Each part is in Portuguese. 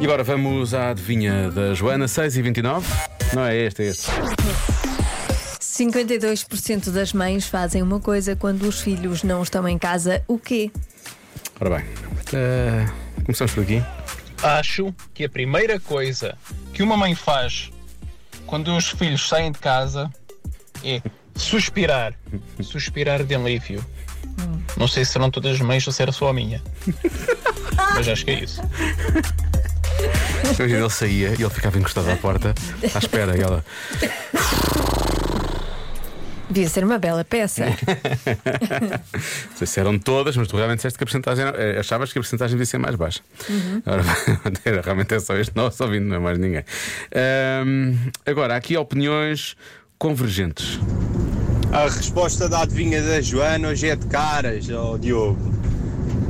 E agora vamos à adivinha da Joana, 6 e 29 Não é este, é este. 52% das mães fazem uma coisa quando os filhos não estão em casa, o quê? Ora bem, eh, começamos por aqui. Acho que a primeira coisa que uma mãe faz quando os filhos saem de casa é suspirar. Suspirar de alívio. Não sei se serão todas as mães ou se era só a minha. Mas acho que é isso. Imagina, ele saía e ele ficava encostado à porta, à espera, e ela. Devia ser uma bela peça. Não sei se eram todas, mas tu realmente disseste que a porcentagem era- eh, achavas que a porcentagem devia ser mais baixa. Ora, era- realmente é só este nosso ouvindo, não é mais ninguém. Ahm, agora, há aqui opiniões convergentes. A resposta da adivinha da Joana hoje é de caras, ó Diogo.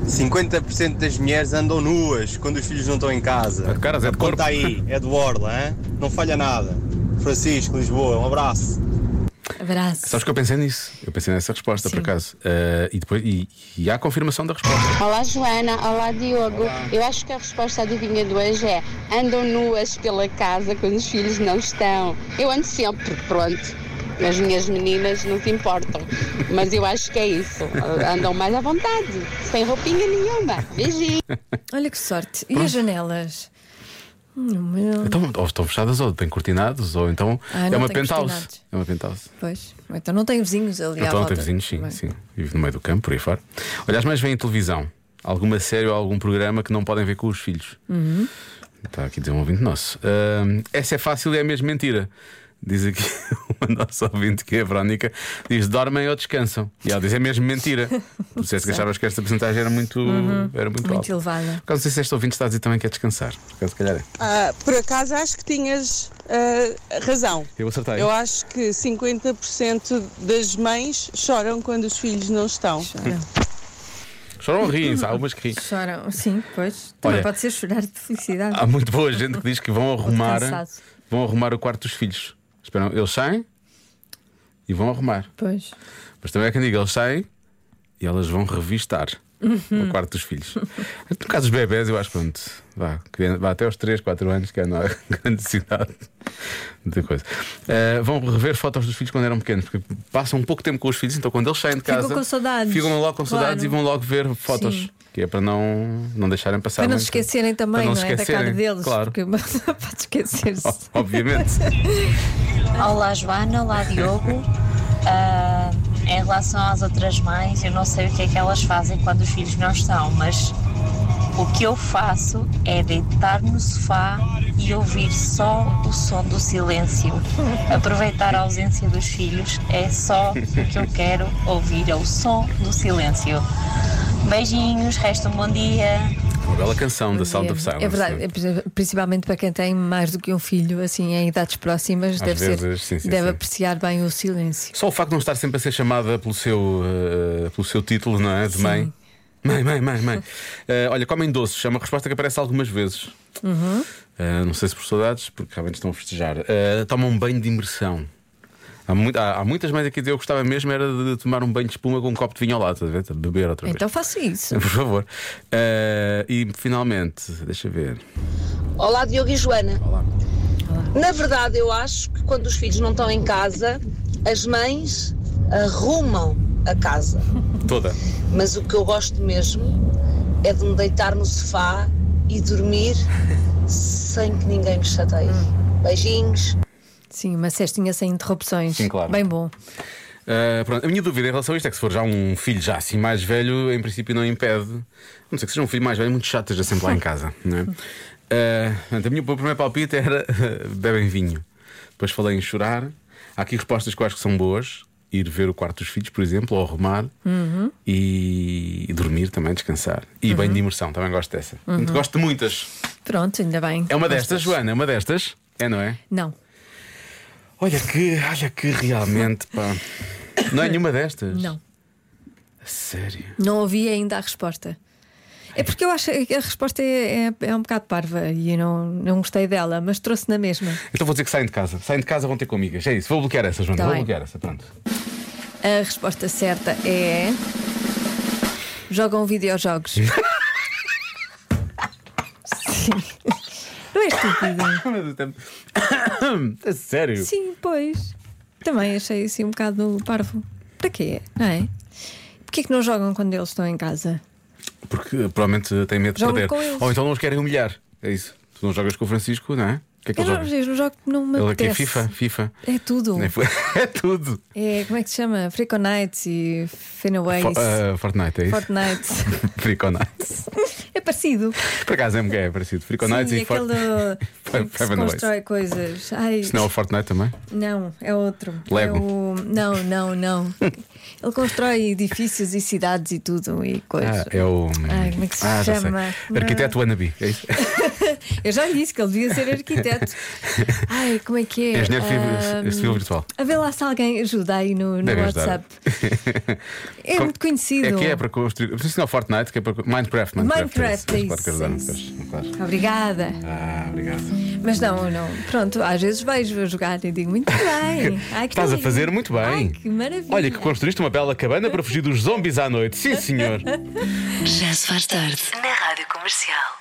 50% das mulheres andam nuas quando os filhos não estão em casa. É de caras, é de corpo. Conta aí, é de Orla, hein? não falha nada. Francisco, Lisboa, um abraço. Abraço. Sabes que eu pensei nisso? Eu pensei nessa resposta, por acaso. Ah, e, depois, e, e há a confirmação da resposta. Olá Joana, olá Diogo. Eu acho que a resposta à adivinha de hoje é andam nuas pela casa quando os filhos não estão. Eu ando sempre, pronto. As minhas meninas não se importam. Mas eu acho que é isso. Andam mais à vontade, sem roupinha nenhuma. Beijinho. Olha que sorte. E as janelas? Hum, meu. Então, ou estão fechadas, ou têm cortinados, ou então Ah, é não uma tem penthouse. cortinados. É uma penthouse. Pois. Então não tem vizinhos ali à Então volta. tem vizinhos, sim, Bem, sim. Vive no meio do campo, por aí fora. Olha, as mães veem televisão. Alguma série ou algum programa que não podem ver com os filhos. Uhum. Está aqui a dizer um ouvinte nosso. Ahm, essa é fácil e é mesmo mentira. Diz aqui uma nossa ouvinte que é a Verónica. Diz dormem ou descansam. E ela diz é mesmo mentira. Tu disseste que achavas que esta porcentagem era muito, era muito, Uhum. Muito alta. elevada. Por acaso, não sei se este ouvinte está a dizer também que é descansar. Por acaso, se calhar é. Ah, por acaso acho que tinhas ah, razão. Eu acertei. Eu acho que 50% das mães choram quando os filhos não estão. Choram. Choram ou riem, há umas que riem. Choram. Sim, pois. Também Olha. Ah, pode ser chorar de felicidade. Há muito boa gente que diz que vão arrumar cansaço. Vão arrumar o quarto dos filhos Esperam, eles saem E vão arrumar Pois. Mas também é quem diga, eles saem E elas vão revistar Uhum. O quarto dos filhos No caso dos bebés eu acho pronto Vá, criança- vá até aos 3, 4 anos Que é na grande cidade Muita coisa Ah, Vão rever fotos dos filhos quando eram pequenos Porque passam um pouco tempo com os filhos Então quando eles saem de Ficam casa com saudades. Ficam logo com saudades Claro. e vão logo ver fotos Sim. Que é para não, não deixarem passar Para não muito se tempo. esquecerem também, então. Para não, se é? Da cara esquecerem, deles. Claro Oh. Porque pode esquecer-se. Obviamente. Olá Joana, olá Diogo. Ah, em relação às outras mães, eu não sei o que é que elas fazem quando os filhos não estão, mas o que eu faço é deitar no sofá e ouvir só o som do silêncio. Aproveitar a ausência dos filhos é só o que eu quero ouvir, é o som do silêncio. Beijinhos, resta um bom dia. Uma bela canção da Sound of Silence. É verdade, é, principalmente para quem tem mais do que um filho, assim, em idades próximas, Às deve, ser, vezes, sim, sim, deve sim. apreciar bem o silêncio. Só o facto de não estar sempre a ser chamada pelo seu, eh, pelo seu título, não é? De mãe. Mãe, mãe, mãe, mãe. Eh, olha, comem doces, é uma resposta que aparece algumas vezes. Uhum. Eh, não sei se por saudades, porque realmente estão a festejar. Eh, tomam um banho de imersão. Há, muito- há- há muitas mães aqui que eu gostava mesmo era de tomar um banho de espuma com um copo de vinho ao lado, estás a ver? De beber outra vez. Então faço isso. Por favor. Eh, e finalmente, deixa eu ver. Olá, Diogo e Joana. Olá. Na verdade, eu acho que quando os filhos não estão em casa, as mães arrumam a casa. Toda. Mas o que eu gosto mesmo é de me deitar no sofá e dormir sem que ninguém me chateie. Beijinhos. Sim, uma cestinha sem interrupções. Sim, claro. Bem bom. Uh, pronto, a minha dúvida em relação a isto é que se for já um filho já assim mais velho, em princípio não impede. A não ser que seja um filho mais velho, muito chato, esteja sempre lá em casa. Não é? Uh, portanto, a minha, o meu primeiro palpite era bebem vinho. Depois falei em chorar. Há aqui respostas que eu acho que são boas. Ir ver o quarto dos filhos, por exemplo, ou arrumar Uhum. e, e dormir também, descansar. E bem de imersão, também gosto dessa. Portanto, Gosto de muitas. Pronto, ainda bem. É uma destas, Joana, é uma destas. É, não é? Não. Olha que, olha que realmente, pá. Não é nenhuma destas? Não. A sério. Não ouvi ainda a resposta. É porque eu acho que a resposta é, é, é um bocado parva e eu não, não gostei dela, mas trouxe na mesma. Então vou dizer que saem de casa. Saem de casa, vão ter com amigas. É isso. Vou bloquear essa, Joana. Tá vou bem. bloquear essa. Pronto. A resposta certa é. Jogam videojogos. Sim. Não é estúpida? Mas eu também- É sério. Sim, pois. Também achei assim um bocado parvo. Para quê? Não é? Porquê que não jogam quando eles estão em casa? Porque eh, provavelmente têm medo de Jogam perder. com eles. Ou então não os querem humilhar. É isso. Tu não jogas com o Francisco, não é? O que é que Eu ele não, joga? eu não jogo, não me Ele aqui é apetece. FIFA, FIFA. É tudo. Nem foi- É tudo. É, como é que se chama? Freak on Nights e Fenaways. Fo- ah, Fortnite, é isso? Fortnite. Friconite. é parecido. Por acaso é, é parecido. Friconites Sim, e Fort- aquele Five- do... que Five se and Ways. constrói coisas. Ai, Se não é o Fortnite também. não, é outro. Lego. É o... Não, não, não. Ele constrói edifícios e cidades e tudo e coisas. Ah, é o. Ai, como é que se Ah, já sei. chama? Arquiteto Wannabe. É isso? Eu já lhe disse que ele devia ser arquiteto. Ai, como é que é? Engenheiro Ah, civil- civil virtual. A ver lá se alguém ajuda aí no, no Deve WhatsApp. ajudar. É Com- muito conhecido. É que é para construir. Por isso não é o Fortnite, que é para. Minecraft, Minecraft. Minecraft, é Claro que isso, ajudar, é não queres? Claro. Obrigada. Ah, obrigado. Mas não, não. Pronto, às vezes vejo a jogar e digo muito bem. Ai, que Estás a lindo. fazer muito bem. Ai, que maravilha. Olha, que construíste uma bela cabana para fugir dos zombies à noite. Sim, senhor. Já se faz tarde. Na Rádio Comercial.